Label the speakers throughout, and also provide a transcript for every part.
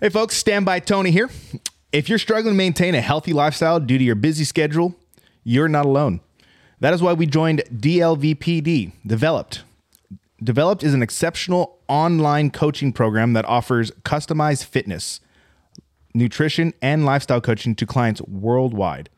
Speaker 1: Hey, folks, stand by Tony here. If you're struggling to maintain a healthy lifestyle due to your busy schedule, you're not alone. That is why we joined DLVPD, Developed. Developed is an exceptional online coaching program that offers customized fitness, nutrition, and lifestyle coaching to clients worldwide.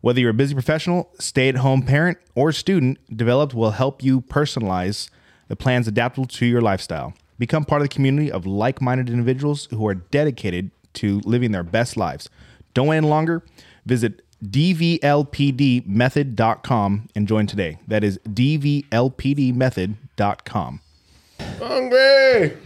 Speaker 1: Whether you're a busy professional, stay at home parent, or student, Developed will help you personalize the plans adaptable to your lifestyle. Become part of the community of like minded individuals who are dedicated to living their best lives. Don't wait any longer. Visit dvlpdmethod.com and join today. That is dvlpdmethod.com.
Speaker 2: Hungry.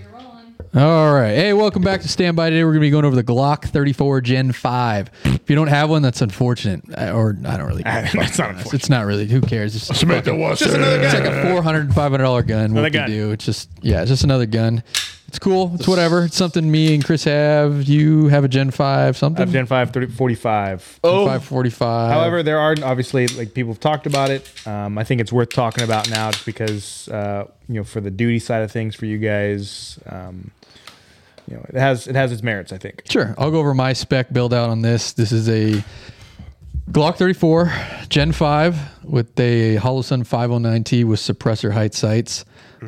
Speaker 3: All right. Hey, welcome back to Stand By. Today we're going to be going over the Glock 34 Gen 5. If you don't have one, that's unfortunate. I- Or I don't really care.
Speaker 1: That's not unfortunate.
Speaker 3: It's not really. Who cares? It's just,
Speaker 2: Samantha Watson.
Speaker 3: it's like a 400 $500 gun. What
Speaker 1: gun.
Speaker 3: you do? It's just, yeah, it's just another gun. It's cool. It's whatever. It's something me and Chris have. You have a Gen 5 something?
Speaker 4: Gen 5 30, 45.
Speaker 3: Gen
Speaker 1: Oh,
Speaker 3: 545.
Speaker 4: However, there are obviously like people have talked about it. Um, I think it's worth talking about now just because uh, you know for the duty side of things for you guys, um, you know it has it has its merits. I think.
Speaker 3: Sure. I'll go over my spec build out on this. This is a Glock 34 Gen 5 with a Holosun 509T with suppressor height sights.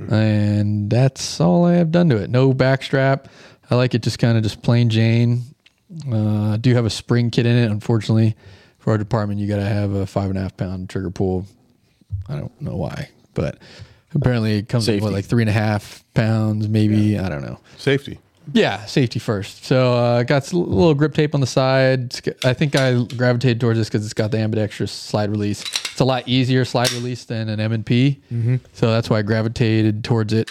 Speaker 3: And that's all I have done to it. No backstrap. I like it just kind of just plain Jane. Uh, I do have a spring kit in it. Unfortunately, for our department, you got to have a five and a half pound trigger pull. I don't know why, but apparently it comes with what,
Speaker 5: Safety.
Speaker 3: like three and a half pounds, maybe. I don't know.
Speaker 2: Safety.
Speaker 3: Yeah, safety first. So uh, got s- little grip tape on the side. It's g- I think I gravitated towards this because it's got the ambidextrous slide release. It's a lot easier slide release than an M and P,
Speaker 5: Mm-hmm.
Speaker 3: so that's why I gravitated towards it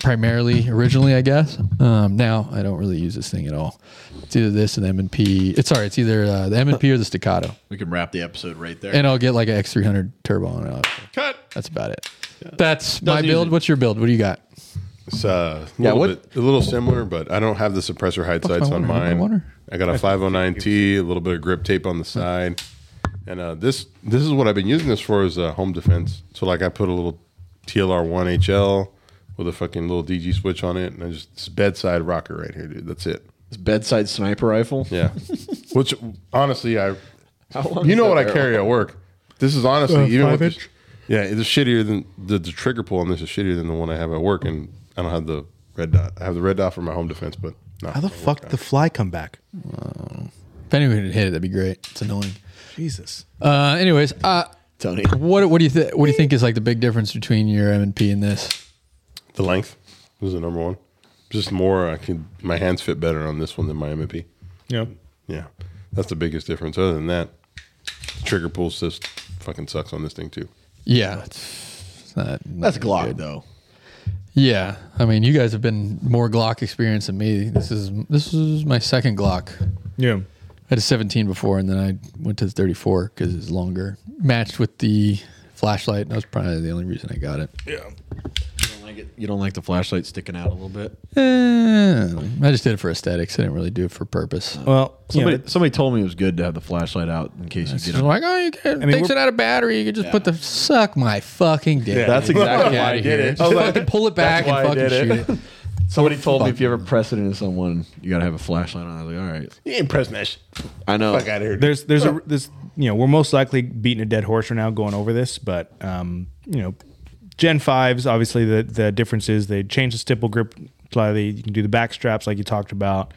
Speaker 3: primarily originally, I guess. Um, now I don't really use this thing at all. It's either this and M and P. It's sorry, it's either uh, the M and P or the Staccato,
Speaker 5: We can wrap the episode right there.
Speaker 3: and I'll get like an X three hundred turbo on it.
Speaker 2: Cut.
Speaker 3: That's about it. That's my
Speaker 5: Doesn't use
Speaker 3: build.
Speaker 5: it.
Speaker 3: What's your build? What do you got?
Speaker 2: It's uh, a
Speaker 5: Yeah,
Speaker 2: little,
Speaker 5: what-
Speaker 2: bit- a little similar, but I don't have the suppressor hide
Speaker 3: my
Speaker 2: sights on
Speaker 3: water? Where's my
Speaker 2: mine.
Speaker 3: water?
Speaker 2: I got a 509T, a little bit of grip tape on the side, and uh, this this is what I've been using this for is uh, home defense. So like I put a little TLR1 HL with a fucking little DG switch on it, and I just it's a bedside rocket right here, dude. That's it.
Speaker 5: It's bedside sniper rifle.
Speaker 2: Yeah, which honestly I,
Speaker 5: How long
Speaker 2: you
Speaker 5: is
Speaker 2: know
Speaker 5: that
Speaker 2: what I
Speaker 5: barrel?
Speaker 2: carry at work. This is honestly even with
Speaker 4: five
Speaker 2: the-
Speaker 4: inch?
Speaker 2: yeah, it's shittier than the, the trigger pull on this is shittier than the one I have at work, and I don't have the red dot. I have the red dot for my home defense, but no.
Speaker 1: How the fuck did the fly come back?
Speaker 3: If anyone could hit it, that'd be great. It's annoying.
Speaker 1: Jesus.
Speaker 3: Uh, anyways, uh,
Speaker 5: Tony.
Speaker 3: What what do you th- what do you think is like the big difference between your M and P and this?
Speaker 2: The length is the number one. Just more, I can my hands fit better on this one than my MP.
Speaker 4: You know,
Speaker 2: Yeah, that's the biggest difference. Other than that, trigger pull just fucking sucks on this thing too.
Speaker 3: Yeah, it's, it's not,
Speaker 5: That's Glock though.
Speaker 3: Yeah, I mean, you guys have been more Glock experience than me. This is this is my second Glock.
Speaker 4: yeah.
Speaker 3: I had a 17 before, and then I went to the 34 because it's longer. Matched with the flashlight, that was probably the only reason I got it.
Speaker 5: You don't like it. You don't like the flashlight sticking out a little bit.
Speaker 3: Eh, I just did it for aesthetics. I didn't really do it for purpose.
Speaker 1: Well,
Speaker 5: Somebody, somebody told me it was good to have the flashlight out in case you
Speaker 3: It's
Speaker 5: get
Speaker 3: just
Speaker 5: on.
Speaker 3: like, oh, you can
Speaker 1: mean,
Speaker 3: fix it
Speaker 1: we're-
Speaker 3: out of battery. You can just put the suck my fucking dick.
Speaker 5: That's exactly
Speaker 3: Get
Speaker 5: why
Speaker 3: outta
Speaker 5: I
Speaker 3: here.
Speaker 5: did it.
Speaker 3: Just fucking pull it back
Speaker 5: why
Speaker 3: and
Speaker 5: I
Speaker 3: fucking
Speaker 5: did
Speaker 3: shoot
Speaker 5: it.
Speaker 3: it.
Speaker 5: Somebody told me if you ever press it into someone, you gotta have a flashlight on. I was like, all right.
Speaker 2: You ain't pressing that shit.
Speaker 5: I know.
Speaker 2: Fuck out of here. dude.
Speaker 4: There's there's a this you know we're most likely beating a dead horse right now going over this, but um, you know Gen fives obviously the the difference is they changed the stipple grip slightly. You can do the back straps like you talked about.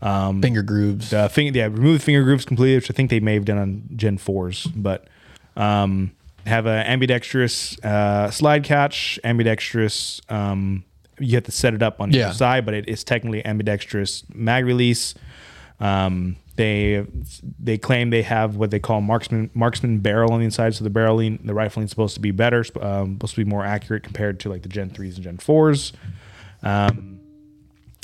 Speaker 4: Um,
Speaker 3: Finger grooves.
Speaker 4: The finger, yeah, remove the finger grooves completely, which I think they may have done on Gen fours, but um, have an ambidextrous uh, slide catch, ambidextrous. Um, you have to set it up on
Speaker 3: Yeah.
Speaker 4: your side, but it is technically ambidextrous mag release. Um, they they claim they have what they call marksman marksman barrel on the inside, so the barreling the rifling is supposed to be better, sp- um, supposed to be more accurate compared to like the Gen threes and Gen fours. Um,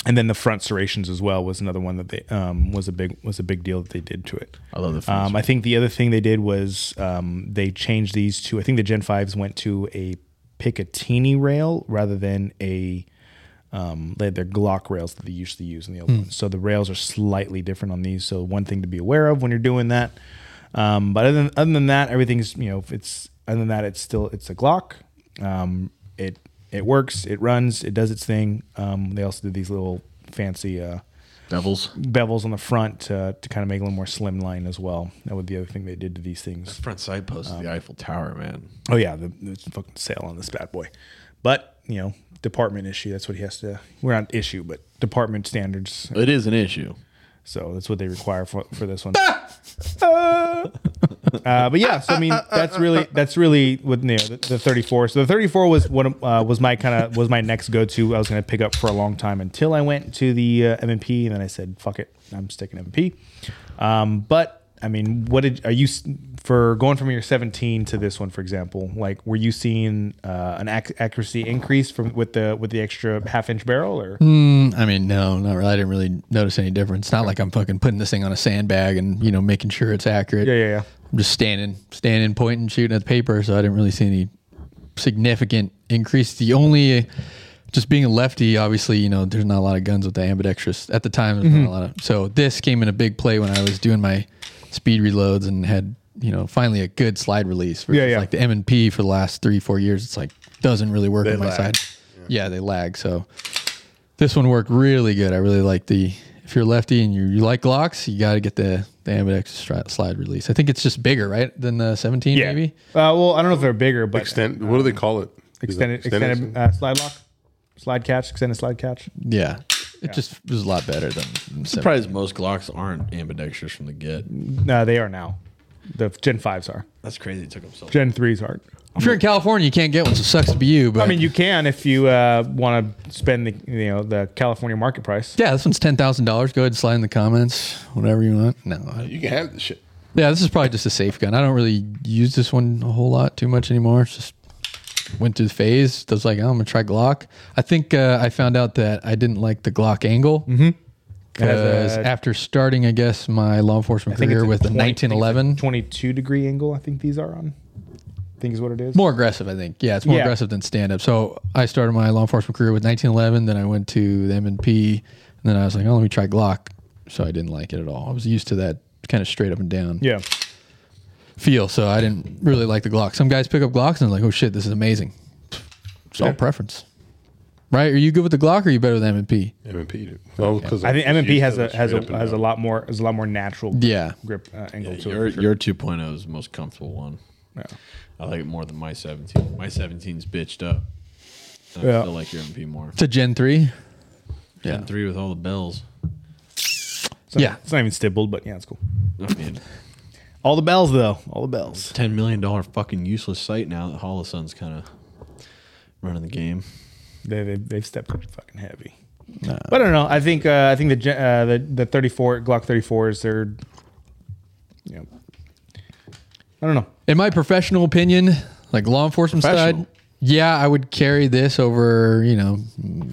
Speaker 4: and then the front serrations as well was another one that they um, was a big was a big deal that they did to it.
Speaker 5: I love the front
Speaker 4: Um, I think the other thing they did was um, they changed these to. I think the Gen fives went to a Picatinny rail rather than a. Um, they had their Glock rails that they used to use in the old ones. So the rails are slightly different on these. So one thing to be aware of when you're doing that. Um, but other than, other than that, everything's you know it's other than that it's still it's a Glock. Um, it it works, it runs, it does its thing. Um, they also did these little fancy uh,
Speaker 5: Devils.
Speaker 4: bevels on the front to, to kind of make it a little more slimline as well. That would be the other thing they did to these things.
Speaker 5: Front side post of the Eiffel Tower, man.
Speaker 4: Oh yeah, the, the fucking sale on this bad boy. But you know, department issue. That's what he has to. We're not issue, but department standards.
Speaker 5: It is an issue.
Speaker 4: So that's what they require for, for this one. uh, but yeah, so I mean, that's really that's really what you know, the, the 34. So the 34 was what uh, was my kind of was my next go to. I was going to pick up for a long time until I went to the uh, M&P, and then I said, "Fuck it, I'm sticking M&P." Um, but I mean, what did are you s- for going from your 17 to this one, for example? Like, were you seeing uh, an ac- accuracy increase from with the with the extra half inch barrel, or
Speaker 3: Mm, I mean, no, not really. I didn't really notice any difference. It's not like I'm fucking putting this thing on a sandbag and you know making sure it's accurate.
Speaker 4: Yeah, yeah, yeah.
Speaker 3: I'm just standing, standing, pointing, shooting at the paper, so I didn't really see any significant increase. The only, uh, just being a lefty, obviously, you know, there's not a lot of guns with the ambidextrous at the time. There's not a lot of. So this came in a big play when I was doing my speed reloads and had you know finally a good slide release. versus,
Speaker 4: Yeah, yeah.
Speaker 3: Like the M and P for the last three, four years, it's like doesn't really work on my
Speaker 2: lag.
Speaker 3: side. yeah, they lag. So this one worked really good. I really like the. If you're lefty and you, you like Glocks, you got to get the the ambidextrous stri- slide release. I think it's just bigger, right, than the 17 maybe.
Speaker 4: Uh, well, I don't know if they're bigger, but
Speaker 2: Extend. What do they call it? Is it
Speaker 4: extended extended uh, slide lock, slide catch, extended slide catch.
Speaker 3: Yeah, it just was a lot better than. 17.
Speaker 5: Surprised most Glocks aren't ambidextrous from the get.
Speaker 4: No, they are now. The Gen fives are.
Speaker 5: That's crazy. It took them so. long.
Speaker 4: Gen threes aren't.
Speaker 3: If you're in California, you can't get one, so it sucks to be you. But
Speaker 4: I mean, you can if you uh, want to spend the you know the California market price.
Speaker 3: yeah, this one's ten thousand dollars. Go ahead and slide in the comments, whatever you want. No, I-
Speaker 2: You can have the shit.
Speaker 3: yeah, this is probably just a safe gun. I don't really use this one a whole lot too much anymore. It's just went through the phase. I was like, oh, I'm gonna try Glock. I think uh, I found out that I didn't like the Glock angle. Mm-hmm.
Speaker 4: Has
Speaker 3: Because
Speaker 4: a-
Speaker 3: after starting, I guess my law enforcement career with the 1911,
Speaker 4: twenty two degree angle. I think these are on. I think is what it is.
Speaker 3: more aggressive, I think. Yeah, it's more
Speaker 4: Yeah.
Speaker 3: aggressive than stand up. So I started my law enforcement career with 1911. Then I went to the M and P, and then I was like, oh, let me try Glock. So I didn't like it at all. I was used to that kind of straight up and down
Speaker 4: Yeah.
Speaker 3: feel. So I didn't really like the Glock. Some guys pick up Glocks and they're like, oh shit, this is amazing. It's all preference, right? Are you good with the Glock? or Are you better with M and P?
Speaker 2: MMP. Dude. Well, because
Speaker 4: I think M&P has a has a has a lot more has a lot more natural
Speaker 3: Yeah.
Speaker 4: grip uh, angle to
Speaker 5: Your
Speaker 4: it. for sure.
Speaker 5: your 2.0 is the most comfortable one. I like it more than my 17. My 17's bitched up. I
Speaker 4: Yeah.
Speaker 5: still like your MP more.
Speaker 3: It's a Gen three. Yeah.
Speaker 5: Gen three with all the bells.
Speaker 4: It's not-
Speaker 3: yeah.
Speaker 4: It's not even stippled, but yeah, it's cool.
Speaker 5: I mean,
Speaker 4: All the bells though. All the bells.
Speaker 5: ten million dollar fucking useless site now that Holosun's kind of running the game.
Speaker 4: They, they they've stepped up fucking heavy. But I don't know. I think uh, I think the gen- uh, the the 34 Glock 34s they're you know I don't know.
Speaker 3: In my professional opinion, like law enforcement side,
Speaker 5: Professional.
Speaker 3: yeah, I would carry this over, you know,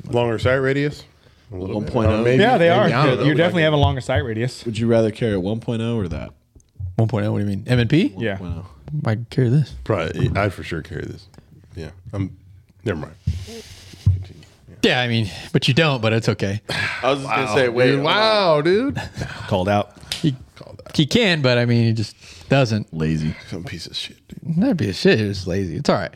Speaker 2: longer sight radius. A little
Speaker 5: 1.0.
Speaker 2: or maybe-
Speaker 4: Yeah, they
Speaker 2: maybe
Speaker 4: are.
Speaker 2: I don't know,
Speaker 4: You're
Speaker 2: like
Speaker 4: definitely
Speaker 2: a-
Speaker 4: having a longer sight radius.
Speaker 5: Would you rather carry a 1.0 or that? oh?
Speaker 3: 1.0. oh, What do you mean? M and P?
Speaker 4: Yeah.
Speaker 5: 1.0.
Speaker 3: I carry this.
Speaker 2: Probably, I'd for sure carry this. Yeah, I'm. Never mind. Continue.
Speaker 3: Yeah, I mean, but you don't, but it's okay.
Speaker 5: I was just gonna say, wait,
Speaker 2: Dude, wow, dude.
Speaker 4: Called out.
Speaker 3: He, he can, but I mean, he just doesn't.
Speaker 5: lazy.
Speaker 2: Some piece of shit. Dude.
Speaker 3: That'd be a shit. He was lazy. It's all right.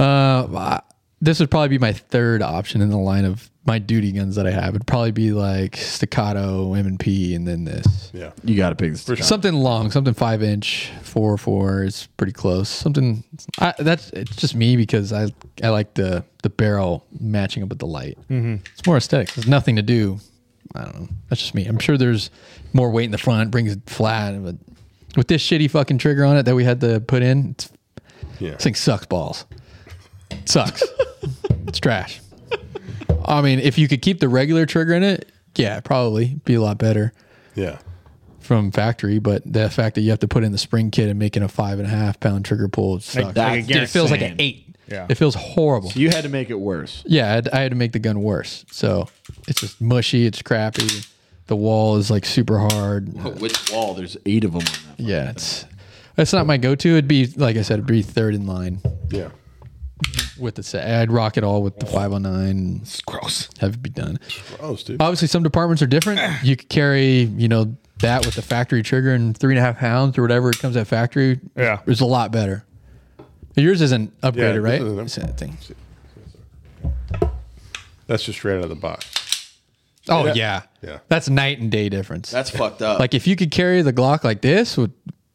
Speaker 3: Uh, I- this would probably be my third option in the line of my duty guns that I have. It'd probably be like staccato, M and P, and then this.
Speaker 2: Yeah,
Speaker 5: You got to pick this. guy.
Speaker 3: Something long, something five inch, four four is pretty close. Something I, that's it's just me because I I like the the barrel matching up with the light. Mm-hmm. It's more aesthetics. There's nothing to do. I don't know. That's just me. I'm sure there's more weight in the front, brings it flat, but with this shitty fucking trigger on it that we had to put in, it's,
Speaker 2: yeah.
Speaker 3: this thing sucks balls. It sucks. it's trash. I mean, if you could keep the regular trigger in it, yeah, probably be a lot better
Speaker 2: yeah.
Speaker 3: from factory, but the fact that you have to put in the spring kit and making a five and a half pound trigger pull it sucks.
Speaker 5: That's
Speaker 4: Like a
Speaker 3: Dude, it feels like
Speaker 5: insane.
Speaker 3: an eight.
Speaker 4: Yeah.
Speaker 3: It feels horrible.
Speaker 5: You had to make it worse.
Speaker 3: Yeah, I had, I had to make the gun worse. So it's just mushy. It's crappy. The wall is like super hard.
Speaker 5: Which wall? There's eight of them. On that
Speaker 3: Yeah, it's that's not my go-to. It'd be like I said, it'd be third in line
Speaker 2: Yeah.
Speaker 3: with the set. I'd rock it all with the 509. It's gross. Have it be done.
Speaker 2: Gross, dude.
Speaker 3: Obviously, some departments are different. You could carry, you know, that with the factory trigger and three and a half pounds or whatever it comes at factory.
Speaker 4: Yeah.
Speaker 3: is a lot better. Yours isn't
Speaker 2: Yeah,
Speaker 3: upgraded,
Speaker 2: this
Speaker 3: right?
Speaker 2: isn't up-
Speaker 3: It's that thing.
Speaker 2: That's just straight out of the box.
Speaker 3: Oh yeah.
Speaker 2: Yeah.
Speaker 3: That's night and day difference.
Speaker 5: That's fucked up.
Speaker 3: like if you could carry the Glock like this with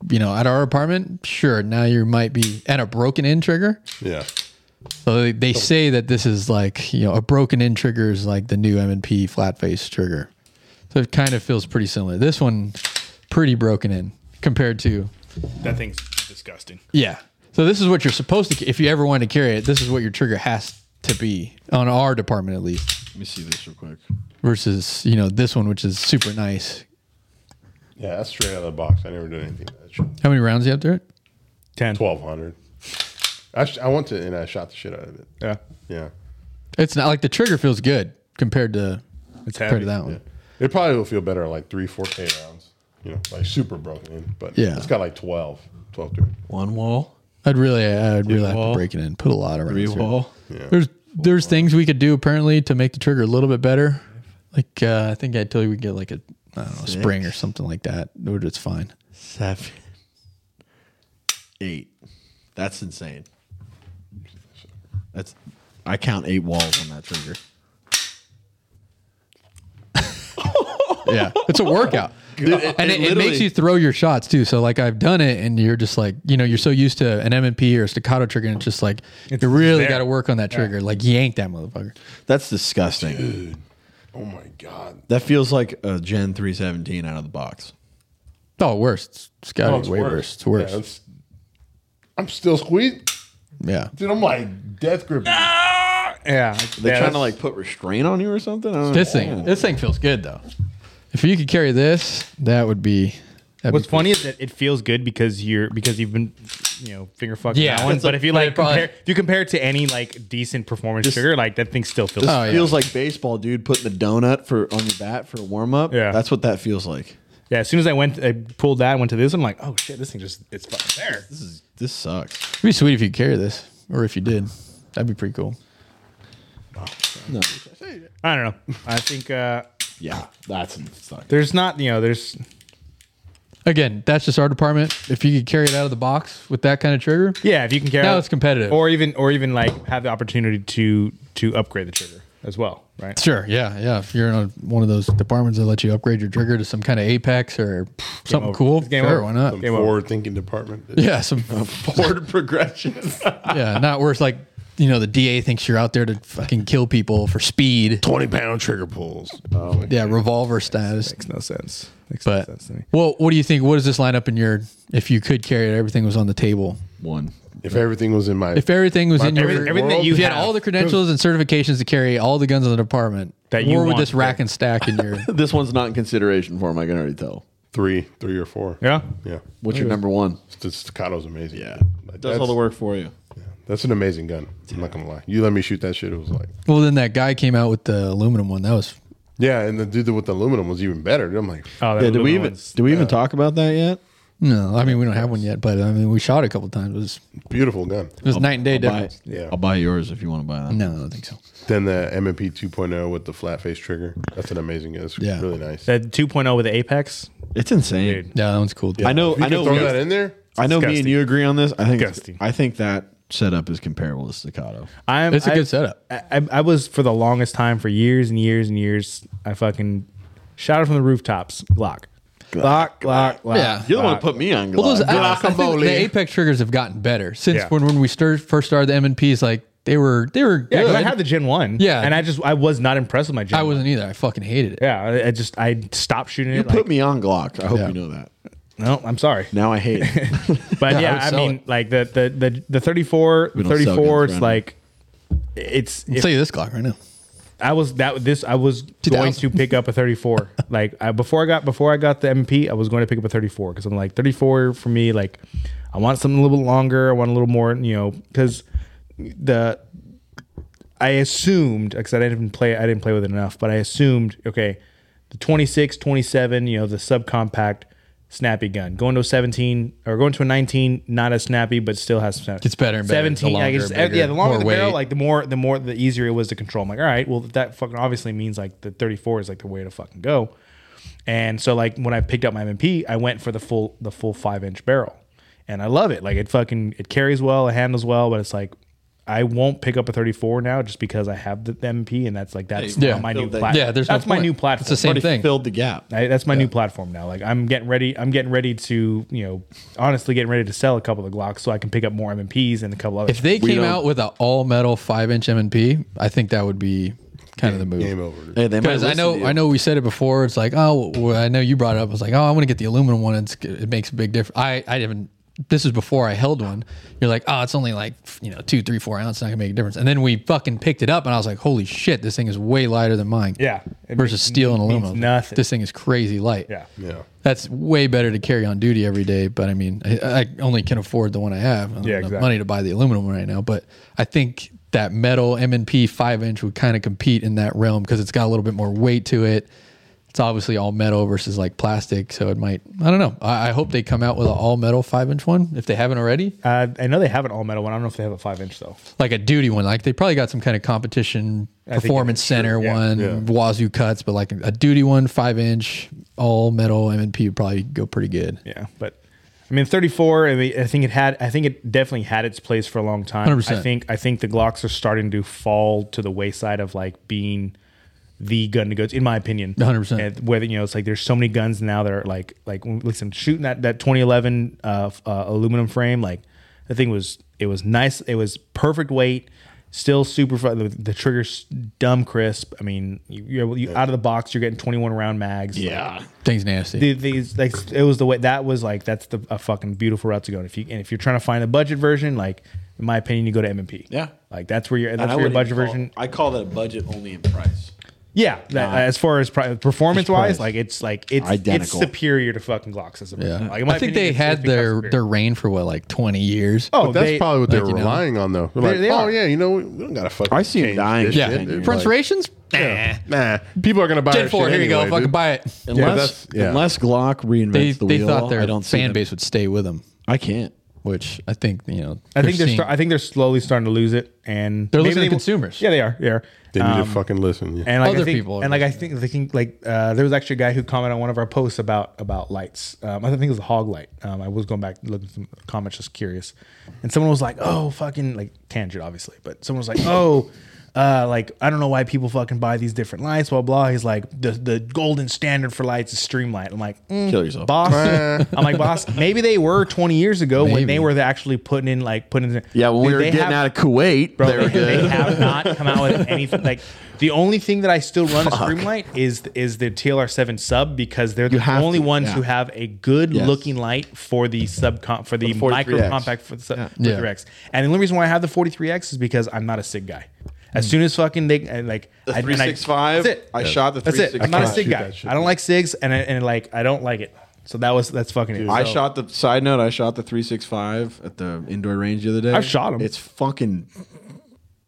Speaker 3: you know at our apartment, sure. Now you might be and a broken in trigger.
Speaker 2: Yeah.
Speaker 3: So they, they say that this is like you know a broken in trigger is like the new M and P flat face trigger. So it kind of feels pretty similar. This one, pretty broken in compared to
Speaker 4: That thing's disgusting.
Speaker 3: yeah. So this is what you're supposed to. If you ever want to carry it, this is what your trigger has to be on our department at least.
Speaker 5: Let me see this real quick.
Speaker 3: versus you know this one, which is super nice.
Speaker 2: Yeah, that's straight out of the box. I never did anything like that shit.
Speaker 3: How many rounds you have to it?
Speaker 4: Ten.
Speaker 2: Twelve hundred. I, sh- I went to and I shot the shit out of it.
Speaker 4: Yeah.
Speaker 2: Yeah.
Speaker 3: It's not like the trigger feels good compared to
Speaker 4: It's
Speaker 3: compared
Speaker 4: heavy.
Speaker 3: to that one.
Speaker 2: It probably will feel better at like three, four K rounds. You know, like super broken in. But
Speaker 3: Yeah.
Speaker 2: it's got like 12, 12 to it.
Speaker 5: One wall,
Speaker 3: I'd really, I'd really have
Speaker 5: wall.
Speaker 3: to break it in, put a lot around.
Speaker 5: three
Speaker 3: it.
Speaker 5: wall.
Speaker 3: There's there's things we could do apparently to make the trigger a little bit better. Like uh, I think I told you we could get like a I don't know spring or something like that, which is fine.
Speaker 5: seven, eight. That's insane. That's I count eight walls on that trigger.
Speaker 3: Yeah, it's a workout. and Oh, it, it makes you throw your shots too. So like I've done it, and you're just like you know you're so used to an M and P or a staccato trigger, and it's just like you really
Speaker 4: there.
Speaker 3: got to work on that trigger. Like yank that motherfucker.
Speaker 5: That's disgusting.
Speaker 2: Oh my God.
Speaker 5: That feels like a Gen three seventeen out of the box.
Speaker 3: Oh, worse. It's, it's got to
Speaker 2: Oh,
Speaker 3: be way worse. It's worse.
Speaker 2: Yeah,
Speaker 3: Yeah.
Speaker 2: it's- I'm still squeezed. Dude, I'm like death gripping.
Speaker 4: Ah! Yeah. yeah,
Speaker 5: They're trying to
Speaker 4: that's-
Speaker 5: like put restraint on you or something. I don't
Speaker 3: This
Speaker 5: understand.
Speaker 3: thing, this thing feels good though. If you could carry this, that would be. that'd
Speaker 4: What's
Speaker 3: be-
Speaker 4: funny is that it feels good because you're because you've been you know finger fucking
Speaker 3: Yeah,
Speaker 4: that one.
Speaker 3: it's a-
Speaker 4: But if you
Speaker 3: but
Speaker 4: like
Speaker 3: it probably-
Speaker 4: compare, if you compare it to any like decent performance trigger, like that thing still feels.
Speaker 5: This
Speaker 3: Oh, yeah.
Speaker 5: feels like baseball, dude. Putting the donut for on your bat for a warm up.
Speaker 4: Yeah.
Speaker 5: that's what that feels like.
Speaker 4: yeah. As soon as I went, I pulled that, and went to this. I'm like, oh shit, this thing just it's fucking there.
Speaker 5: This is this sucks.
Speaker 3: It'd be sweet if you could carry this, or if you did, that'd be pretty cool.
Speaker 5: No.
Speaker 4: I don't know. I think uh
Speaker 5: Yeah, that's sucks.
Speaker 4: there's not you know there's
Speaker 3: Again, that's just our department. If you could carry it out of the box with that kind of trigger,
Speaker 4: yeah if you can carry
Speaker 3: Now it's competitive.
Speaker 4: or even or even like have the opportunity to to upgrade the trigger as well, right?
Speaker 3: Sure. Yeah. Yeah. If you're in a, one of those departments that let you upgrade your trigger to some kind of Apex or something
Speaker 4: over.
Speaker 3: cool,
Speaker 4: It's game
Speaker 3: sure.
Speaker 4: over.
Speaker 3: Why not?
Speaker 4: Game over.
Speaker 2: Forward thinking department.
Speaker 3: Yeah. Some.
Speaker 2: Forward progression.
Speaker 3: yeah. Not worth like you know the DA thinks you're out there to fucking kill people for speed.
Speaker 2: 20 pound trigger pulls.
Speaker 3: Yeah. Revolver status.
Speaker 4: Makes no sense. Makes no
Speaker 3: But
Speaker 4: sense to me.
Speaker 3: well, what do you think? What does this line up in your? If you could carry it, everything was on the table.
Speaker 5: One.
Speaker 2: If everything was in my.
Speaker 3: If everything was in your,
Speaker 4: Everything, everything that
Speaker 2: world-
Speaker 4: you
Speaker 3: if you had
Speaker 4: have-
Speaker 3: all the credentials and certifications to carry all the guns in the department,
Speaker 4: That you
Speaker 3: where would
Speaker 4: want.
Speaker 3: this rack and stack in your?
Speaker 5: This one's not in consideration for him. I can already tell.
Speaker 2: three, three or four.
Speaker 4: Yeah.
Speaker 2: Yeah.
Speaker 5: What's your number one?
Speaker 2: The staccato's amazing.
Speaker 5: Yeah,
Speaker 2: Like,
Speaker 5: it does
Speaker 2: that's,
Speaker 5: all the work for you.
Speaker 2: that's an amazing gun. I'm not going to lie. You let me shoot that shit. It was like.
Speaker 3: well, then that guy came out with the aluminum one. That was
Speaker 2: Yeah. And the dude with the aluminum was even better. I'm like,
Speaker 4: Oh, that
Speaker 5: Yeah, did
Speaker 4: aluminum
Speaker 5: we even
Speaker 4: one's-
Speaker 5: did we even talk about that yet?
Speaker 3: no. I mean, we don't have one yet, but I mean, we shot it a couple times. It was
Speaker 2: beautiful gun.
Speaker 3: it was
Speaker 4: Oh,
Speaker 3: night and day
Speaker 5: I'll buy,
Speaker 3: difference.
Speaker 2: Yeah.
Speaker 5: I'll buy yours if you want to buy that.
Speaker 3: No, I don't think so.
Speaker 2: Then the M&P 2.0 with the flat face trigger. That's an amazing gun. It's
Speaker 3: Yeah.
Speaker 2: really nice.
Speaker 4: that 2.0 with the apex.
Speaker 5: It's insane.
Speaker 4: Dude.
Speaker 3: Yeah, that one's cool.
Speaker 5: I know.
Speaker 2: If you
Speaker 5: I
Speaker 2: could
Speaker 5: know.
Speaker 2: Throw
Speaker 5: we-
Speaker 2: that in there.
Speaker 5: I know. Me and
Speaker 4: Disgusting.
Speaker 5: you agree on this. I think. it's-
Speaker 4: Disgusting.
Speaker 5: I think that setup is comparable to staccato.
Speaker 4: I'm,
Speaker 3: It's a
Speaker 4: I-
Speaker 3: good setup.
Speaker 4: I, I- I was for the longest time, for years and years and years, I fucking shouted from the rooftops, Glock. Glock, Glock, Glock.
Speaker 3: Yeah.
Speaker 5: You're the one
Speaker 4: Glock.
Speaker 5: that put me on.
Speaker 3: Well, those
Speaker 5: Glock.
Speaker 3: I, I think
Speaker 2: Guacamole.
Speaker 3: the Apex triggers have gotten better since
Speaker 4: Yeah.
Speaker 3: when when we star- first started the M and P's. Like they were they were
Speaker 4: Yeah,
Speaker 3: good.
Speaker 4: 'cause I had the Gen 1.
Speaker 3: Yeah.
Speaker 4: And I just, I was not impressed with my Gen
Speaker 3: I
Speaker 4: 1.
Speaker 3: wasn't either. I fucking hated it.
Speaker 4: Yeah, I- I just, I stopped shooting
Speaker 5: You
Speaker 4: it. Like,
Speaker 5: put me on Glock. I hope
Speaker 3: Yeah.
Speaker 5: you know that.
Speaker 4: no, I'm sorry.
Speaker 5: Now I hate. it.
Speaker 4: But yeah,
Speaker 3: Yeah, I would
Speaker 4: I,
Speaker 3: sell
Speaker 4: mean, like the, the, the, the 34,
Speaker 5: don't sell
Speaker 4: 34,
Speaker 5: guns
Speaker 4: it's
Speaker 5: around
Speaker 4: like, it's,
Speaker 3: I'll
Speaker 4: if
Speaker 3: tell you this Glock right now.
Speaker 4: I was that this I was going
Speaker 3: 2000.
Speaker 4: to pick up a 34. like I, before I got before I got the MP, I was going to pick up a 34 because I'm like 34 for me. Like I want something a little bit longer. I want a little more, you know, because the I assumed because I didn't even play I didn't play with it enough, but I assumed okay, the 26, 27, you know, the subcompact snappy gun going to a 17 or going to a 19 not as snappy but still has snap.
Speaker 3: Gets better and better, the
Speaker 4: 17 I
Speaker 3: longer,
Speaker 4: guess, uh,
Speaker 3: bigger,
Speaker 4: yeah the
Speaker 3: more
Speaker 4: longer the barrel
Speaker 3: weight.
Speaker 4: like the more the more the easier it was to control i'm like all right well that fucking obviously means like the 34 is like the way to fucking go and so like when i picked up my mmp i went for the full the full five inch barrel and i love it like it fucking it carries well it handles well but it's like I won't pick up a 34 now just because I have the MP and that's like that's
Speaker 5: Yeah.
Speaker 4: now my new
Speaker 5: Filled that-
Speaker 4: platform.
Speaker 3: Yeah, there's no
Speaker 4: that's my
Speaker 3: point.
Speaker 4: new
Speaker 3: It's the
Speaker 4: platform.
Speaker 3: same
Speaker 5: Already
Speaker 3: thing.
Speaker 5: Filled the gap.
Speaker 4: I, that's my new platform now. Like I'm getting ready. I'm getting ready to, you know, honestly getting ready to sell a couple of the Glocks so I can pick up more M&Ps and a couple other.
Speaker 3: If they came
Speaker 5: don't-
Speaker 3: out with an all metal five inch M and P, I think that would be kind of the move.
Speaker 2: Game over.
Speaker 5: Hey, they might
Speaker 3: Because I
Speaker 5: listen to
Speaker 3: know,
Speaker 5: you.
Speaker 3: I know, we said it before. It's like, oh, well, I know you brought it up. I was like, oh, I want to get the aluminum one. It's, it makes a big difference. I, I didn't. This is before I held one. You're like, oh, it's only like you know two, three, four ounce. Not gonna make a difference. And then we fucking picked it up, and I was like, holy shit, this thing is way lighter than mine.
Speaker 4: Yeah. It
Speaker 3: Versus
Speaker 4: means-
Speaker 3: steel and
Speaker 4: means
Speaker 3: aluminum.
Speaker 4: nothing.
Speaker 3: This thing is crazy light.
Speaker 4: yeah.
Speaker 2: Yeah.
Speaker 3: That's way better to carry on duty every day. But I mean, I, I only can afford the one I have. I don't
Speaker 4: Yeah,
Speaker 3: have enough
Speaker 4: exactly.
Speaker 3: Money to buy the aluminum one right now. But I think that metal M and P five inch would kind of compete in that realm because it's got a little bit more weight to it. It's obviously all metal versus like plastic, so it might. I don't know. I, I hope they come out with an all metal five inch one if they haven't already,
Speaker 4: Uh, I know they have an all metal one. I don't know if they have a five inch though.
Speaker 3: like a duty one. Like they probably got some kind of competition
Speaker 4: think
Speaker 3: performance
Speaker 4: that's true.
Speaker 3: center
Speaker 4: Yeah.
Speaker 3: one,
Speaker 2: Yeah.
Speaker 3: Wazoo cuts, but like a duty one five inch all metal M and P would probably go pretty good.
Speaker 4: Yeah, but I mean, 34. I mean, I think it had. I think it definitely had its place for a long time.
Speaker 3: 100%.
Speaker 4: I think. I think the Glocks are starting to fall to the wayside of like being the gun to go. To, in my opinion,
Speaker 3: 100%.
Speaker 4: And Whether you know, it's like there's so many guns now that are like like listen, shooting that that 2011 uh, f- uh, aluminum frame. Like the thing was, it was nice. It was perfect weight. Still super fun. The, the trigger's dumb crisp. I mean, you, you're you, out of the box. You're getting 21 round mags. Like,
Speaker 5: Yeah.
Speaker 3: Thing's nasty.
Speaker 4: the, these like it was the way that was like that's the a fucking beautiful route to go. And if you and if you're trying to find a budget version, like in my opinion, you go to M and P.
Speaker 5: Yeah.
Speaker 4: like that's where you're. That's
Speaker 5: I
Speaker 4: where your
Speaker 5: wouldn't
Speaker 4: budget
Speaker 5: call-
Speaker 4: version.
Speaker 5: I call that a budget only in price.
Speaker 4: Yeah, that, as far as pri- performance
Speaker 5: price.
Speaker 4: wise, like it's like it's it's
Speaker 5: Identical.
Speaker 4: superior to fucking Glocks as a
Speaker 3: Yeah.
Speaker 4: Like, in my
Speaker 3: I think
Speaker 4: opinion,
Speaker 3: they
Speaker 4: it's- it's
Speaker 3: had
Speaker 4: become
Speaker 3: their
Speaker 4: superior.
Speaker 3: their reign for what like 20 years.
Speaker 4: oh
Speaker 2: But that's
Speaker 4: they-
Speaker 2: probably what they're
Speaker 3: like, you know.
Speaker 2: relying on, though. They're like,
Speaker 4: they
Speaker 2: oh
Speaker 4: are.
Speaker 2: yeah, you know, we we don't got to fuck.
Speaker 5: I see 'em dying.
Speaker 3: yeah.
Speaker 5: shit, dude.
Speaker 3: Prince
Speaker 2: like,
Speaker 3: Rations? Nah.
Speaker 2: Nah, people are gonna buy.
Speaker 3: Gen
Speaker 2: our
Speaker 3: 4,
Speaker 2: shit
Speaker 3: here you go.
Speaker 2: anyway,
Speaker 3: Fucking
Speaker 2: dude.
Speaker 3: buy it.
Speaker 2: Unless-
Speaker 5: Unless
Speaker 2: yeah.
Speaker 5: unless Glock reinvents
Speaker 3: They,
Speaker 5: the
Speaker 3: they
Speaker 5: wheel,
Speaker 3: thought their
Speaker 5: I don't see
Speaker 3: fan
Speaker 5: them-
Speaker 3: base would stay with them,
Speaker 5: I can't.
Speaker 3: which I think, you know,
Speaker 4: I think they're.
Speaker 3: seeing-
Speaker 4: St- I think they're slowly starting to lose it, and
Speaker 3: They're
Speaker 4: maybe
Speaker 3: losing
Speaker 4: they
Speaker 3: to
Speaker 4: will-
Speaker 3: consumers.
Speaker 4: Yeah, they are. Yeah,
Speaker 2: They need to fucking listen. Yeah.
Speaker 4: and like
Speaker 3: Other
Speaker 4: I think,
Speaker 3: people are
Speaker 4: and like I
Speaker 3: losing
Speaker 4: think the thing like uh, there was actually a guy who commented on one of our posts about about lights. Um, I think it was a hog light. Um, I was going back looking at some comments, just curious, and someone was like, "Oh, fucking like tangent, obviously," but someone was like, "Oh." Uh, like I don't know why people fucking buy these different lights, blah blah. He's like the the golden standard for lights is Streamlight. I'm like, mm,
Speaker 5: Kill yourself.
Speaker 4: boss. I'm like, boss. Maybe they were 20 years ago when
Speaker 3: Maybe.
Speaker 4: they were actually putting in like putting in.
Speaker 5: Yeah, when we
Speaker 4: Dude,
Speaker 5: were
Speaker 4: they
Speaker 5: getting
Speaker 4: have-
Speaker 5: out of Kuwait,
Speaker 4: Bro,
Speaker 5: they were
Speaker 4: they,
Speaker 5: good.
Speaker 4: they have not come out with anything. Like the only thing that I still run a Streamlight is is the TLR7 sub because they're the
Speaker 5: have
Speaker 4: only
Speaker 5: to,
Speaker 4: ones
Speaker 5: yeah.
Speaker 4: who have a good
Speaker 5: Yes.
Speaker 4: looking light for the sub for the,
Speaker 5: 43X.
Speaker 4: micro compact for the sub
Speaker 3: Yeah.
Speaker 4: 43X. And the only reason why I have the 43X is because I'm not a sig guy. As soon as fucking they and like
Speaker 6: The
Speaker 4: I- and I-
Speaker 6: 365,
Speaker 4: that's it.
Speaker 6: I shot the
Speaker 4: That's it. I'm not a
Speaker 6: 365.
Speaker 4: sig
Speaker 2: Shoot
Speaker 4: guy.
Speaker 2: that shit.
Speaker 4: I don't like sigs and I, and like I don't like it. So that was that's fucking it.
Speaker 6: I
Speaker 4: So-
Speaker 6: shot the side note. I shot the 365 at the indoor range the other day.
Speaker 4: I've shot 'em.
Speaker 6: It's fucking.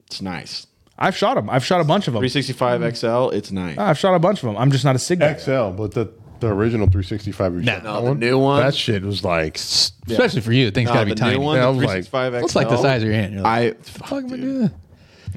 Speaker 6: It's nice.
Speaker 4: I've shot them. I've shot a bunch of them.
Speaker 6: 365 XL. It's nice.
Speaker 5: Ah,
Speaker 4: I've shot a bunch of them. I'm just not a sig guy.
Speaker 2: XL, but the the original 365. you shot,
Speaker 6: No,
Speaker 2: that
Speaker 6: the new one.
Speaker 2: That shit was like. s-
Speaker 3: especially for you, things
Speaker 6: Uh,
Speaker 3: got to be
Speaker 6: the
Speaker 3: tiny.
Speaker 6: new one,
Speaker 2: Yeah, I
Speaker 6: the
Speaker 2: was like-
Speaker 6: 365 XL.
Speaker 3: It's like the size of your hand. You're like,
Speaker 6: I.
Speaker 3: "Fuck, am I
Speaker 6: dude.
Speaker 3: doing?"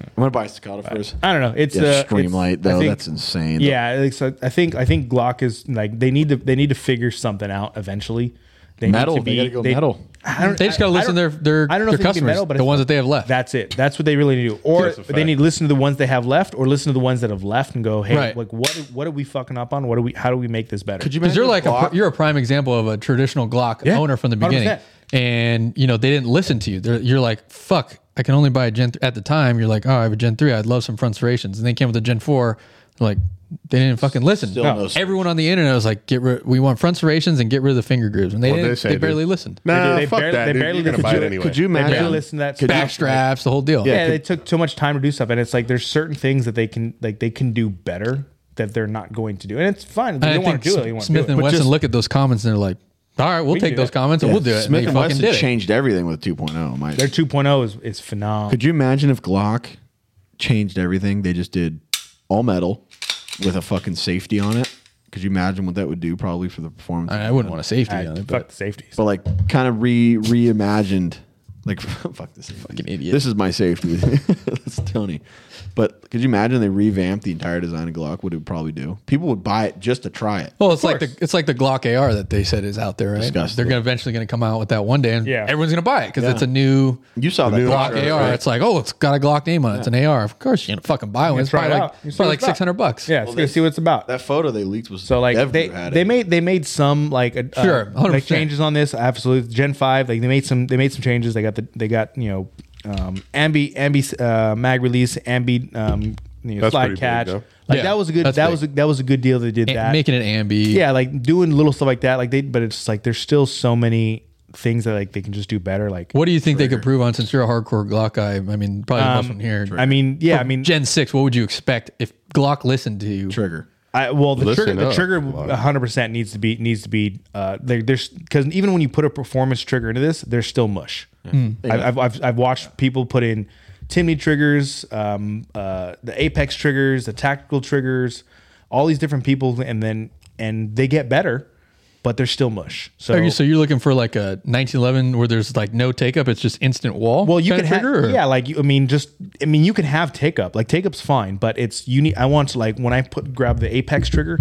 Speaker 6: I'm gonna buy Staccato first.
Speaker 4: I don't know. It's
Speaker 6: Yeah,
Speaker 4: uh, it's-
Speaker 6: Streamlight
Speaker 4: I
Speaker 6: though.
Speaker 4: think-
Speaker 6: that's insane.
Speaker 4: Yeah, like, so I think I think Glock is like they need to they need to figure something out eventually. They
Speaker 6: Metal.
Speaker 4: need to
Speaker 6: They gotta go metal.
Speaker 4: I don't,
Speaker 3: They just got to
Speaker 4: I- I
Speaker 3: listen to
Speaker 4: don't-
Speaker 3: their, their,
Speaker 4: I don't know if
Speaker 3: their
Speaker 4: it's gonna be
Speaker 3: customers,
Speaker 4: metal, but
Speaker 3: the
Speaker 4: it's-
Speaker 3: ones that they have left.
Speaker 4: That's it. That's what they really need to do. Or
Speaker 2: That's a fact.
Speaker 4: they need to listen to the ones they have left, or listen to the ones that have left and go, hey,
Speaker 3: Right.
Speaker 4: like what what are we fucking up on? What do we? How do we make this better? Could
Speaker 3: Because you're like a, you're a prime example of a traditional Glock
Speaker 4: Yeah,
Speaker 3: owner from the beginning,
Speaker 4: 100%.
Speaker 3: and you know they didn't listen to you. They're, you're like, fuck, I can only buy a Gen th- at the time. You're like, oh, I have a Gen three. I'd love some frustrations, and they came with a Gen four. They're like they didn't fucking listen.
Speaker 6: Still no solution.
Speaker 3: Everyone on the internet was like, get rid. We want frustrations and get rid of the finger grooves, and they
Speaker 2: What'd
Speaker 3: didn't,
Speaker 2: they say,
Speaker 3: they,
Speaker 2: dude?
Speaker 3: barely listened.
Speaker 2: Nah,
Speaker 4: they
Speaker 2: Ah, fuck
Speaker 4: barely-
Speaker 2: that.
Speaker 4: they
Speaker 2: dude.
Speaker 4: barely
Speaker 2: You're gonna
Speaker 4: listen
Speaker 2: buy it
Speaker 4: to-
Speaker 2: anyway.
Speaker 5: Could you
Speaker 4: they
Speaker 5: imagine?
Speaker 4: barely listen to that.
Speaker 5: Could you-
Speaker 3: Back straps, the whole deal.
Speaker 4: yeah, they took too much time to do stuff, and it's like there's certain things that they can like they can do better that they're not going to do, and it's fine. If They don't
Speaker 3: and I think
Speaker 4: want to do it. They
Speaker 3: S-
Speaker 4: want to do
Speaker 3: Smith
Speaker 4: it.
Speaker 3: and
Speaker 4: But
Speaker 3: Wesson
Speaker 4: just-
Speaker 3: look at those comments and they're like, all right, we'll
Speaker 4: can
Speaker 3: take
Speaker 4: do
Speaker 3: those
Speaker 4: that.
Speaker 3: comments and we'll do it.
Speaker 5: Smith
Speaker 3: and they
Speaker 5: and
Speaker 3: fucking
Speaker 5: Wesson
Speaker 3: did it.
Speaker 6: changed everything with
Speaker 5: oh,
Speaker 6: 2.0. My.
Speaker 4: their 2.0 is is phenomenal.
Speaker 6: Could you imagine if Glock changed everything? They just did all metal with a fucking safety on it. Could you imagine what that would do probably for the performance?
Speaker 3: I, I wouldn't want a safety
Speaker 4: I-
Speaker 3: on it,
Speaker 4: fuck
Speaker 3: but
Speaker 4: the safeties.
Speaker 6: but like kind of re reimagined Like fuck this. Fucking
Speaker 3: idiot.
Speaker 6: This is my safety. That's Tony. But could you imagine they revamped the entire design of Glock? What it would probably do? People would buy it just to try it.
Speaker 3: Well, it's like the it's like the Glock AR that they said is out there, right?
Speaker 6: Disgusting.
Speaker 3: They're gonna eventually going to come out with that one day, and
Speaker 4: Yeah.
Speaker 3: everyone's going to buy it because it's a new
Speaker 6: You saw that
Speaker 3: Glock
Speaker 6: picture,
Speaker 3: AR.
Speaker 6: right?
Speaker 3: It's like, oh, it's got a Glock name on it. It's an AR. Of course, you're going to fucking buy one. It's
Speaker 4: try
Speaker 3: probably
Speaker 4: it
Speaker 3: like
Speaker 4: out. You see
Speaker 3: probably
Speaker 4: what
Speaker 3: like
Speaker 4: it's about.
Speaker 3: six hundred bucks.
Speaker 4: Yeah, it's gonna see what it's about.
Speaker 6: That photo they leaked was
Speaker 4: So like
Speaker 6: Dev
Speaker 4: they
Speaker 6: Crew had
Speaker 4: they
Speaker 6: it.
Speaker 4: made they made some like a, uh,
Speaker 3: Sure, 100%.
Speaker 4: like changes on this absolutely Gen five like they made some they made some changes they got the they got you know um, ambi ambi uh, mag release ambi um, you know,
Speaker 2: That's
Speaker 4: slide
Speaker 2: pretty big,
Speaker 4: catch
Speaker 2: though.
Speaker 4: like
Speaker 3: Yeah,
Speaker 4: that was a good
Speaker 3: that's
Speaker 4: that
Speaker 3: big.
Speaker 4: was a, that was a good deal they did
Speaker 3: A-
Speaker 4: that
Speaker 3: making it ambi.
Speaker 4: yeah like doing little stuff like that like they but it's like there's still so many things that like they can just do better like
Speaker 3: What do you think they could prove on? Since you're a hardcore Glock guy, I mean, probably the most one here.
Speaker 4: Um, I mean yeah I mean
Speaker 3: Gen six. What would you expect if Glock listened to you?
Speaker 6: trigger.
Speaker 4: I, well, the
Speaker 2: Listen
Speaker 4: trigger,
Speaker 2: up,
Speaker 4: the trigger,
Speaker 2: Lars.
Speaker 4: one hundred percent needs to be needs to be uh, there, there's because even when you put a performance trigger into this, there's still mush.
Speaker 3: Hmm.
Speaker 4: I, I've, I've I've watched people put in Timney triggers, um, uh, the Apex triggers, the tactical triggers, all these different people, and then and they get better, but there's still mush. So,
Speaker 3: Are you, so you're looking for like a 1911 where there's like no take up, it's just instant wall.
Speaker 4: well, you
Speaker 3: kinda
Speaker 4: can have
Speaker 3: trigger, or-
Speaker 4: yeah, like you, I mean, just I mean, you can have take up like take up's fine, but it's you need. I want to like when I put grab the Apex trigger.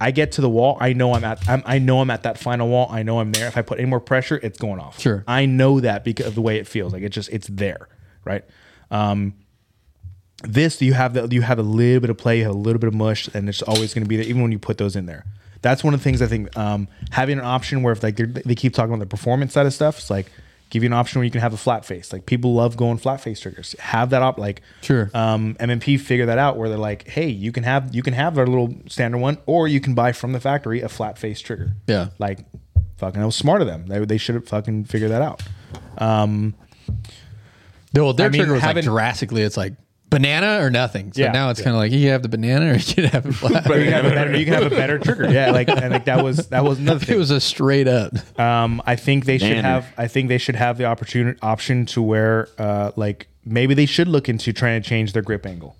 Speaker 4: I get to the wall. I know I'm at. I'm, I know I'm at that final wall. I know I'm there. If I put any more pressure, it's going off.
Speaker 3: Sure.
Speaker 4: I know that because of the way it feels. Like it's just it's there, right? Um, this you have the you have a little bit of play, you have a little bit of mush, and it's always going to be there, even when you put those in there. That's one of the things I think um, having an option where if like they're- they keep talking about the performance side of stuff, it's like give you an option where you can have a flat face. Like people love going flat face triggers. Have that op like
Speaker 3: Sure.
Speaker 4: um, MMP figure that out where they're like, hey, you can have you can have our little standard one, or you can buy from the factory a flat face trigger.
Speaker 3: Yeah.
Speaker 4: like fucking, that was smart of them. They, they should have fucking figured that out. Um,
Speaker 3: Well, their
Speaker 4: I mean,
Speaker 3: trigger was like
Speaker 4: having-
Speaker 3: drastically, it's like banana or nothing. So
Speaker 4: Yeah.
Speaker 3: now it's kind of like you can have the banana or you can have it flat.
Speaker 4: but you can have a better you can have a better trigger. Yeah, like and like that was that was another
Speaker 3: it
Speaker 4: thing.
Speaker 3: was a straight up.
Speaker 4: Um, I think they should
Speaker 6: Banner.
Speaker 4: have. I think they should have the opportunity option to where, uh, like maybe they should look into trying to change their grip angle.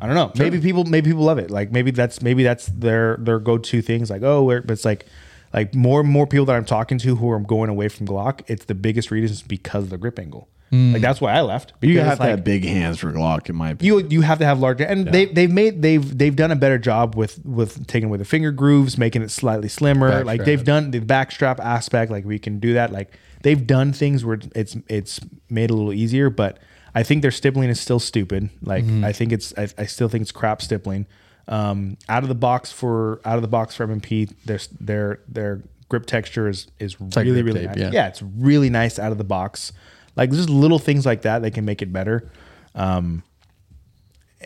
Speaker 4: I don't know. Maybe people, maybe people love it. Like maybe that's maybe that's their their go to things. Like oh, where, but it's like like more and more people that I'm talking to who are going away from Glock. It's the biggest reason is because of the grip angle. Like that's why I left.
Speaker 6: Hmm. You
Speaker 4: because
Speaker 6: have to
Speaker 4: like,
Speaker 6: have big hands for Glock, in my opinion.
Speaker 4: you you have to have larger and they they've made they've they've done a better job with with taking away the finger grooves making it slightly slimmer like
Speaker 3: Backstrap.
Speaker 4: they've done the backstrap aspect like we can do that like they've done things where it's it's made a little easier but I think their stippling is still stupid like I think it's I, I still think it's crap stippling um out of the box for out of the box for MMP their their their grip texture is is
Speaker 3: like
Speaker 4: really
Speaker 3: grip
Speaker 4: really
Speaker 3: tape,
Speaker 4: nice.
Speaker 3: yeah.
Speaker 4: yeah it's really nice out of the box like just little things like that that can make it better um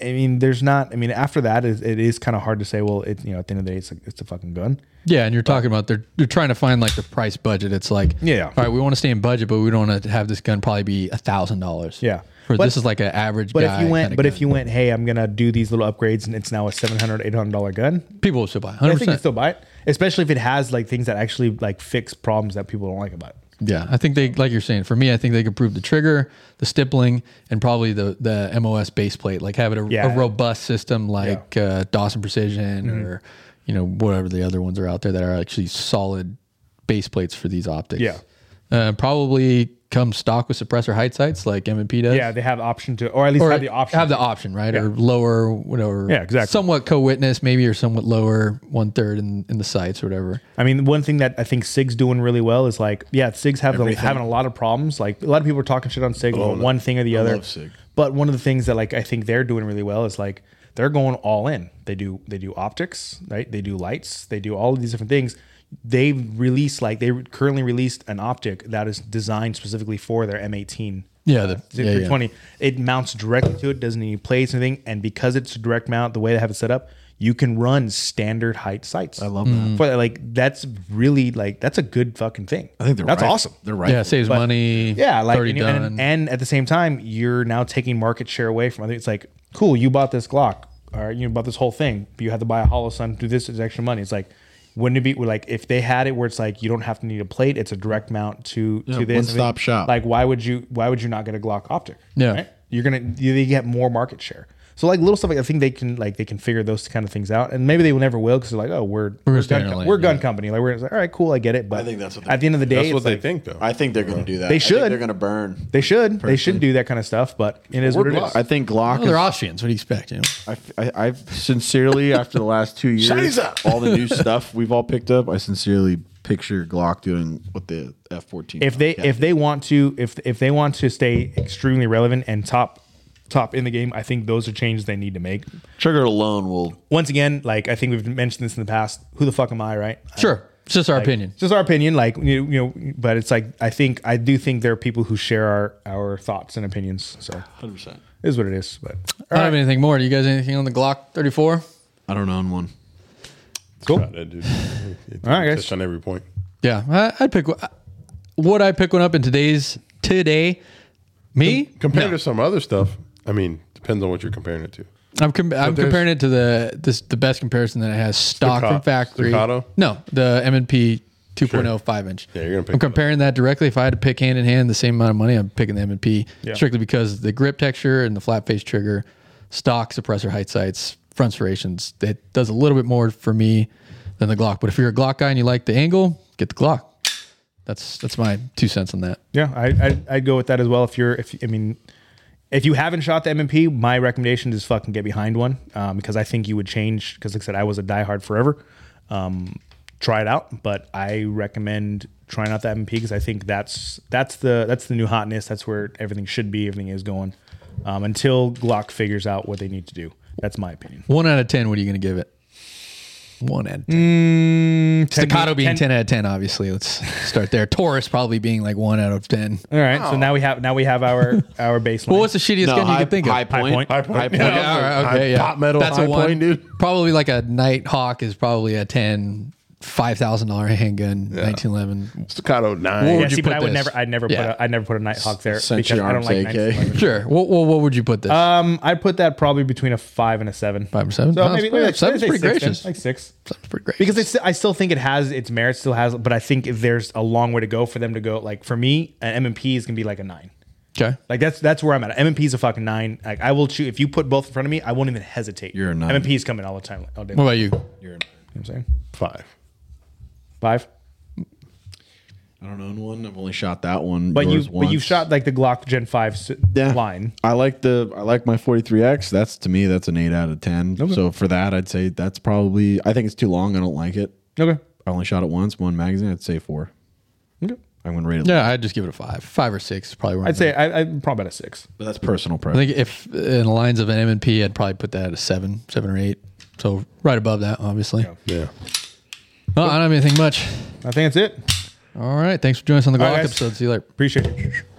Speaker 4: I mean, there's not. I mean, after that, it, it is kind of hard to say. Well, it you know, at the end of the day, it's a, it's a fucking gun.
Speaker 3: Yeah, and you're talking about they're they're trying to find like the price budget. It's like
Speaker 4: Yeah.
Speaker 3: all right, we want to stay in budget, but we don't want to have this gun probably be a thousand dollars.
Speaker 4: Yeah.
Speaker 3: for
Speaker 4: But-
Speaker 3: this is like an average.
Speaker 4: But
Speaker 3: guy
Speaker 4: if you
Speaker 3: kinda
Speaker 4: went, but if
Speaker 3: gun.
Speaker 4: you went, hey, I'm gonna do these little upgrades, and it's now a 700 800 dollar gun.
Speaker 3: people will still buy
Speaker 4: I
Speaker 3: hundred
Speaker 4: think you
Speaker 3: percent.
Speaker 4: still buy it, especially if it has like things that actually like fix problems that people don't like about it.
Speaker 3: Yeah, I think they like you're saying. For me, I think they could prove the trigger, the stippling, and probably the the MOS base plate. Like having a,
Speaker 4: Yeah. Mm-hmm.
Speaker 3: a robust system like uh, Dawson Precision or you know whatever the other ones are out there that are actually solid base plates for these optics.
Speaker 4: Yeah.
Speaker 3: uh, probably come stock with suppressor height sights like M&P does.
Speaker 4: Yeah, they have option to, or at least
Speaker 3: Or
Speaker 4: have the option.
Speaker 3: Have the option, right? Or lower, whatever.
Speaker 4: Yeah, exactly.
Speaker 3: Somewhat co-witness, maybe, or somewhat lower, one third in, in the sights or whatever.
Speaker 4: I mean, one thing that I think SIG's doing really well is like, yeah, SIG's have the, having a lot of problems. Like a lot of people are talking shit on SIG about one thing or the other.
Speaker 2: Oh, love SIG.
Speaker 4: But one of the things that like I think they're doing really well is like they're going all in. They do they do optics, right? They do lights, they do all of these different things. They've released like they currently released an optic that is designed specifically for their M18.
Speaker 3: Yeah, the-
Speaker 4: uh,
Speaker 3: yeah, yeah.
Speaker 4: 320. It mounts directly to it, doesn't need plates or anything, and because it's a direct mount, the way they have it set up, you can run standard height sights. I love that. For like that's really like that's a good fucking thing.
Speaker 6: I think they're
Speaker 4: that's
Speaker 6: right.
Speaker 4: awesome.
Speaker 6: They're right.
Speaker 3: yeah, saves
Speaker 4: But-
Speaker 3: money.
Speaker 4: Yeah, like
Speaker 3: already
Speaker 4: and, you- and-
Speaker 3: done.
Speaker 4: and at the same time, you're now taking market share away from other. It's like, cool, you bought this Glock, or you bought this whole thing. But you had to buy a Hollow Sun, do this, it's extra money. It's like, wouldn't it be like if they had it where it's like you don't have to need a plate, it's a direct mount to to this
Speaker 6: one-stop shop.
Speaker 4: Like, why would you? Why would you not get a Glock optic?
Speaker 3: Yeah.
Speaker 4: You're gonna you, you get more market share. So like little stuff like I think they can like they can figure those kind of things out, and maybe they will never will because they're like, oh, we're
Speaker 3: We're
Speaker 4: we're,
Speaker 3: staying
Speaker 4: gun,
Speaker 3: in
Speaker 4: co-
Speaker 3: lane,
Speaker 4: we're gun
Speaker 3: yeah.
Speaker 4: company. Like we're just like, all right, cool, I get it. But
Speaker 7: I think that's what they-
Speaker 4: at the end of the day,
Speaker 2: That's what
Speaker 4: it's
Speaker 2: they
Speaker 4: like,
Speaker 2: think, though.
Speaker 7: I think they're going to do that.
Speaker 4: They
Speaker 7: I think
Speaker 4: should.
Speaker 7: they're going to burn.
Speaker 4: They should they should do that kind of stuff, but it is what it is.
Speaker 6: I think Glock.
Speaker 3: Well, they're
Speaker 6: is-
Speaker 3: Austrians. What do you expect? You know?
Speaker 6: I, I, I've sincerely, after the last two years, all the new stuff we've all picked up, I sincerely picture Glock doing what the F-14.
Speaker 4: if they if they want to if if they want to stay extremely relevant and top top in the game, I think those are changes they need to make.
Speaker 6: trigger alone will
Speaker 4: Once again, like I think we've mentioned this in the past. Who the fuck am I, right?
Speaker 3: Sure. It's just our opinion.
Speaker 4: It's just our opinion, like you, you know, but it's like I think I do think there are people who share our our thoughts and opinions. So
Speaker 7: 100%.
Speaker 4: it is what it is. But
Speaker 3: I don't have anything more. Do you guys have anything on the Glock 34?
Speaker 6: I don't own one.
Speaker 4: cool.
Speaker 2: God, that dude- it
Speaker 4: All right, guys.
Speaker 2: touched on every point.
Speaker 3: Yeah, I, I'd pick. one- Would I pick one up in today's today? Me?
Speaker 2: Compared
Speaker 3: No.
Speaker 2: to some other stuff, I mean, depends on what you're comparing it to.
Speaker 3: I'm com- I'm comparing it to the this the best comparison that it has stock
Speaker 2: Staccato-
Speaker 3: from factory.
Speaker 2: staccato?
Speaker 3: No, the M and P 2.0 five inch.
Speaker 2: Yeah, you're gonna pick
Speaker 3: I'm
Speaker 2: that up.
Speaker 3: comparing that directly. If I had to pick hand in hand the same amount of money, I'm picking the M and P strictly because the grip texture and the flat face trigger, stock suppressor height sights, front serrations. It does a little bit more for me than the Glock. But if you're a Glock guy and you like the angle, get the Glock. That's that's my two cents on that.
Speaker 4: Yeah, I, I I'd go with that as well. If you're if I mean, if you haven't shot the MMP, my recommendation is fucking get behind one um, because I think you would change. Because like I said, I was a diehard forever. Um, try it out, but I recommend trying out the MMP because I think that's that's the that's the new hotness. That's where everything should be. Everything is going um, until Glock figures out what they need to do. That's my opinion.
Speaker 3: One out of ten. What are you going to give it? One out of ten.
Speaker 4: Mm,
Speaker 3: Staccato being 10, out of ten, obviously. Let's start there. Taurus probably being like one out of ten.
Speaker 4: All right, so now we have now we have our our baseline.
Speaker 3: Well, what's the shittiest gun you could think
Speaker 6: high
Speaker 3: of?
Speaker 6: point.
Speaker 4: point.
Speaker 6: High point.
Speaker 3: Okay, all right, okay, yeah.
Speaker 2: Hot metal,
Speaker 3: That's a
Speaker 2: high
Speaker 3: one.
Speaker 2: point, dude.
Speaker 3: Probably like a Nighthawk is probably a 10, $5,000 handgun, 1911.
Speaker 2: Staccato nine.
Speaker 3: Well,
Speaker 4: yeah,
Speaker 3: would you
Speaker 4: see, but
Speaker 3: put
Speaker 4: I would
Speaker 3: this?
Speaker 4: never, I'd never
Speaker 3: Yeah.
Speaker 4: put, a, I'd never put a Nighthawk there
Speaker 6: Century
Speaker 4: because I don't
Speaker 6: Arms
Speaker 4: like
Speaker 6: AK.
Speaker 4: 1911.
Speaker 3: Sure. What, what, what would you put this?
Speaker 4: Um, I'd put that probably between a five and a seven.
Speaker 3: Five or seven?
Speaker 4: So
Speaker 3: Wow,
Speaker 4: maybe,
Speaker 3: it's pretty-
Speaker 4: maybe
Speaker 3: seven's
Speaker 4: I'd say
Speaker 3: pretty
Speaker 4: six then,
Speaker 3: gracious.
Speaker 4: like six.
Speaker 3: That's pretty great.
Speaker 4: Because it's, I still think it has its merit, still has, but I think if there's a long way to go for them to go. Like for me, an M and P is gonna be like a nine.
Speaker 3: okay.
Speaker 4: Like that's that's where I'm at. M and P is a fucking nine. Like I will choose if you put both in front of me, I won't even hesitate.
Speaker 6: You're a nine.
Speaker 4: M and P is coming all the time. All day.
Speaker 3: What
Speaker 4: long.
Speaker 3: about you?
Speaker 4: You know what I'm saying
Speaker 2: five.
Speaker 4: five.
Speaker 6: I don't own one. I've only shot that one.
Speaker 4: But you
Speaker 6: yours
Speaker 4: but you
Speaker 6: once.
Speaker 4: shot like the Glock Gen Five s-
Speaker 6: Yeah.
Speaker 4: line.
Speaker 6: I like the I like my 43x. That's to me that's an 8 out of 10. So for that I'd say that's probably I think it's too long. I don't like it.
Speaker 4: Okay.
Speaker 6: I only shot it once, one magazine. I'd say 4.
Speaker 4: Okay.
Speaker 6: I'm going to rate it.
Speaker 3: Yeah, I'd just give it a five. Five or six is probably where
Speaker 4: I'd say I, I'm probably about a six.
Speaker 6: But that's personal
Speaker 3: I
Speaker 6: preference.
Speaker 3: think if in the lines of an M and P, I'd probably put that at a seven, seven or eight. So right above that, obviously.
Speaker 2: Yeah.
Speaker 3: No, I don't have anything much.
Speaker 4: I think that's it.
Speaker 3: All right. Thanks for joining us on the Glock
Speaker 4: right, guys.
Speaker 3: episode. See you later.
Speaker 4: Appreciate it.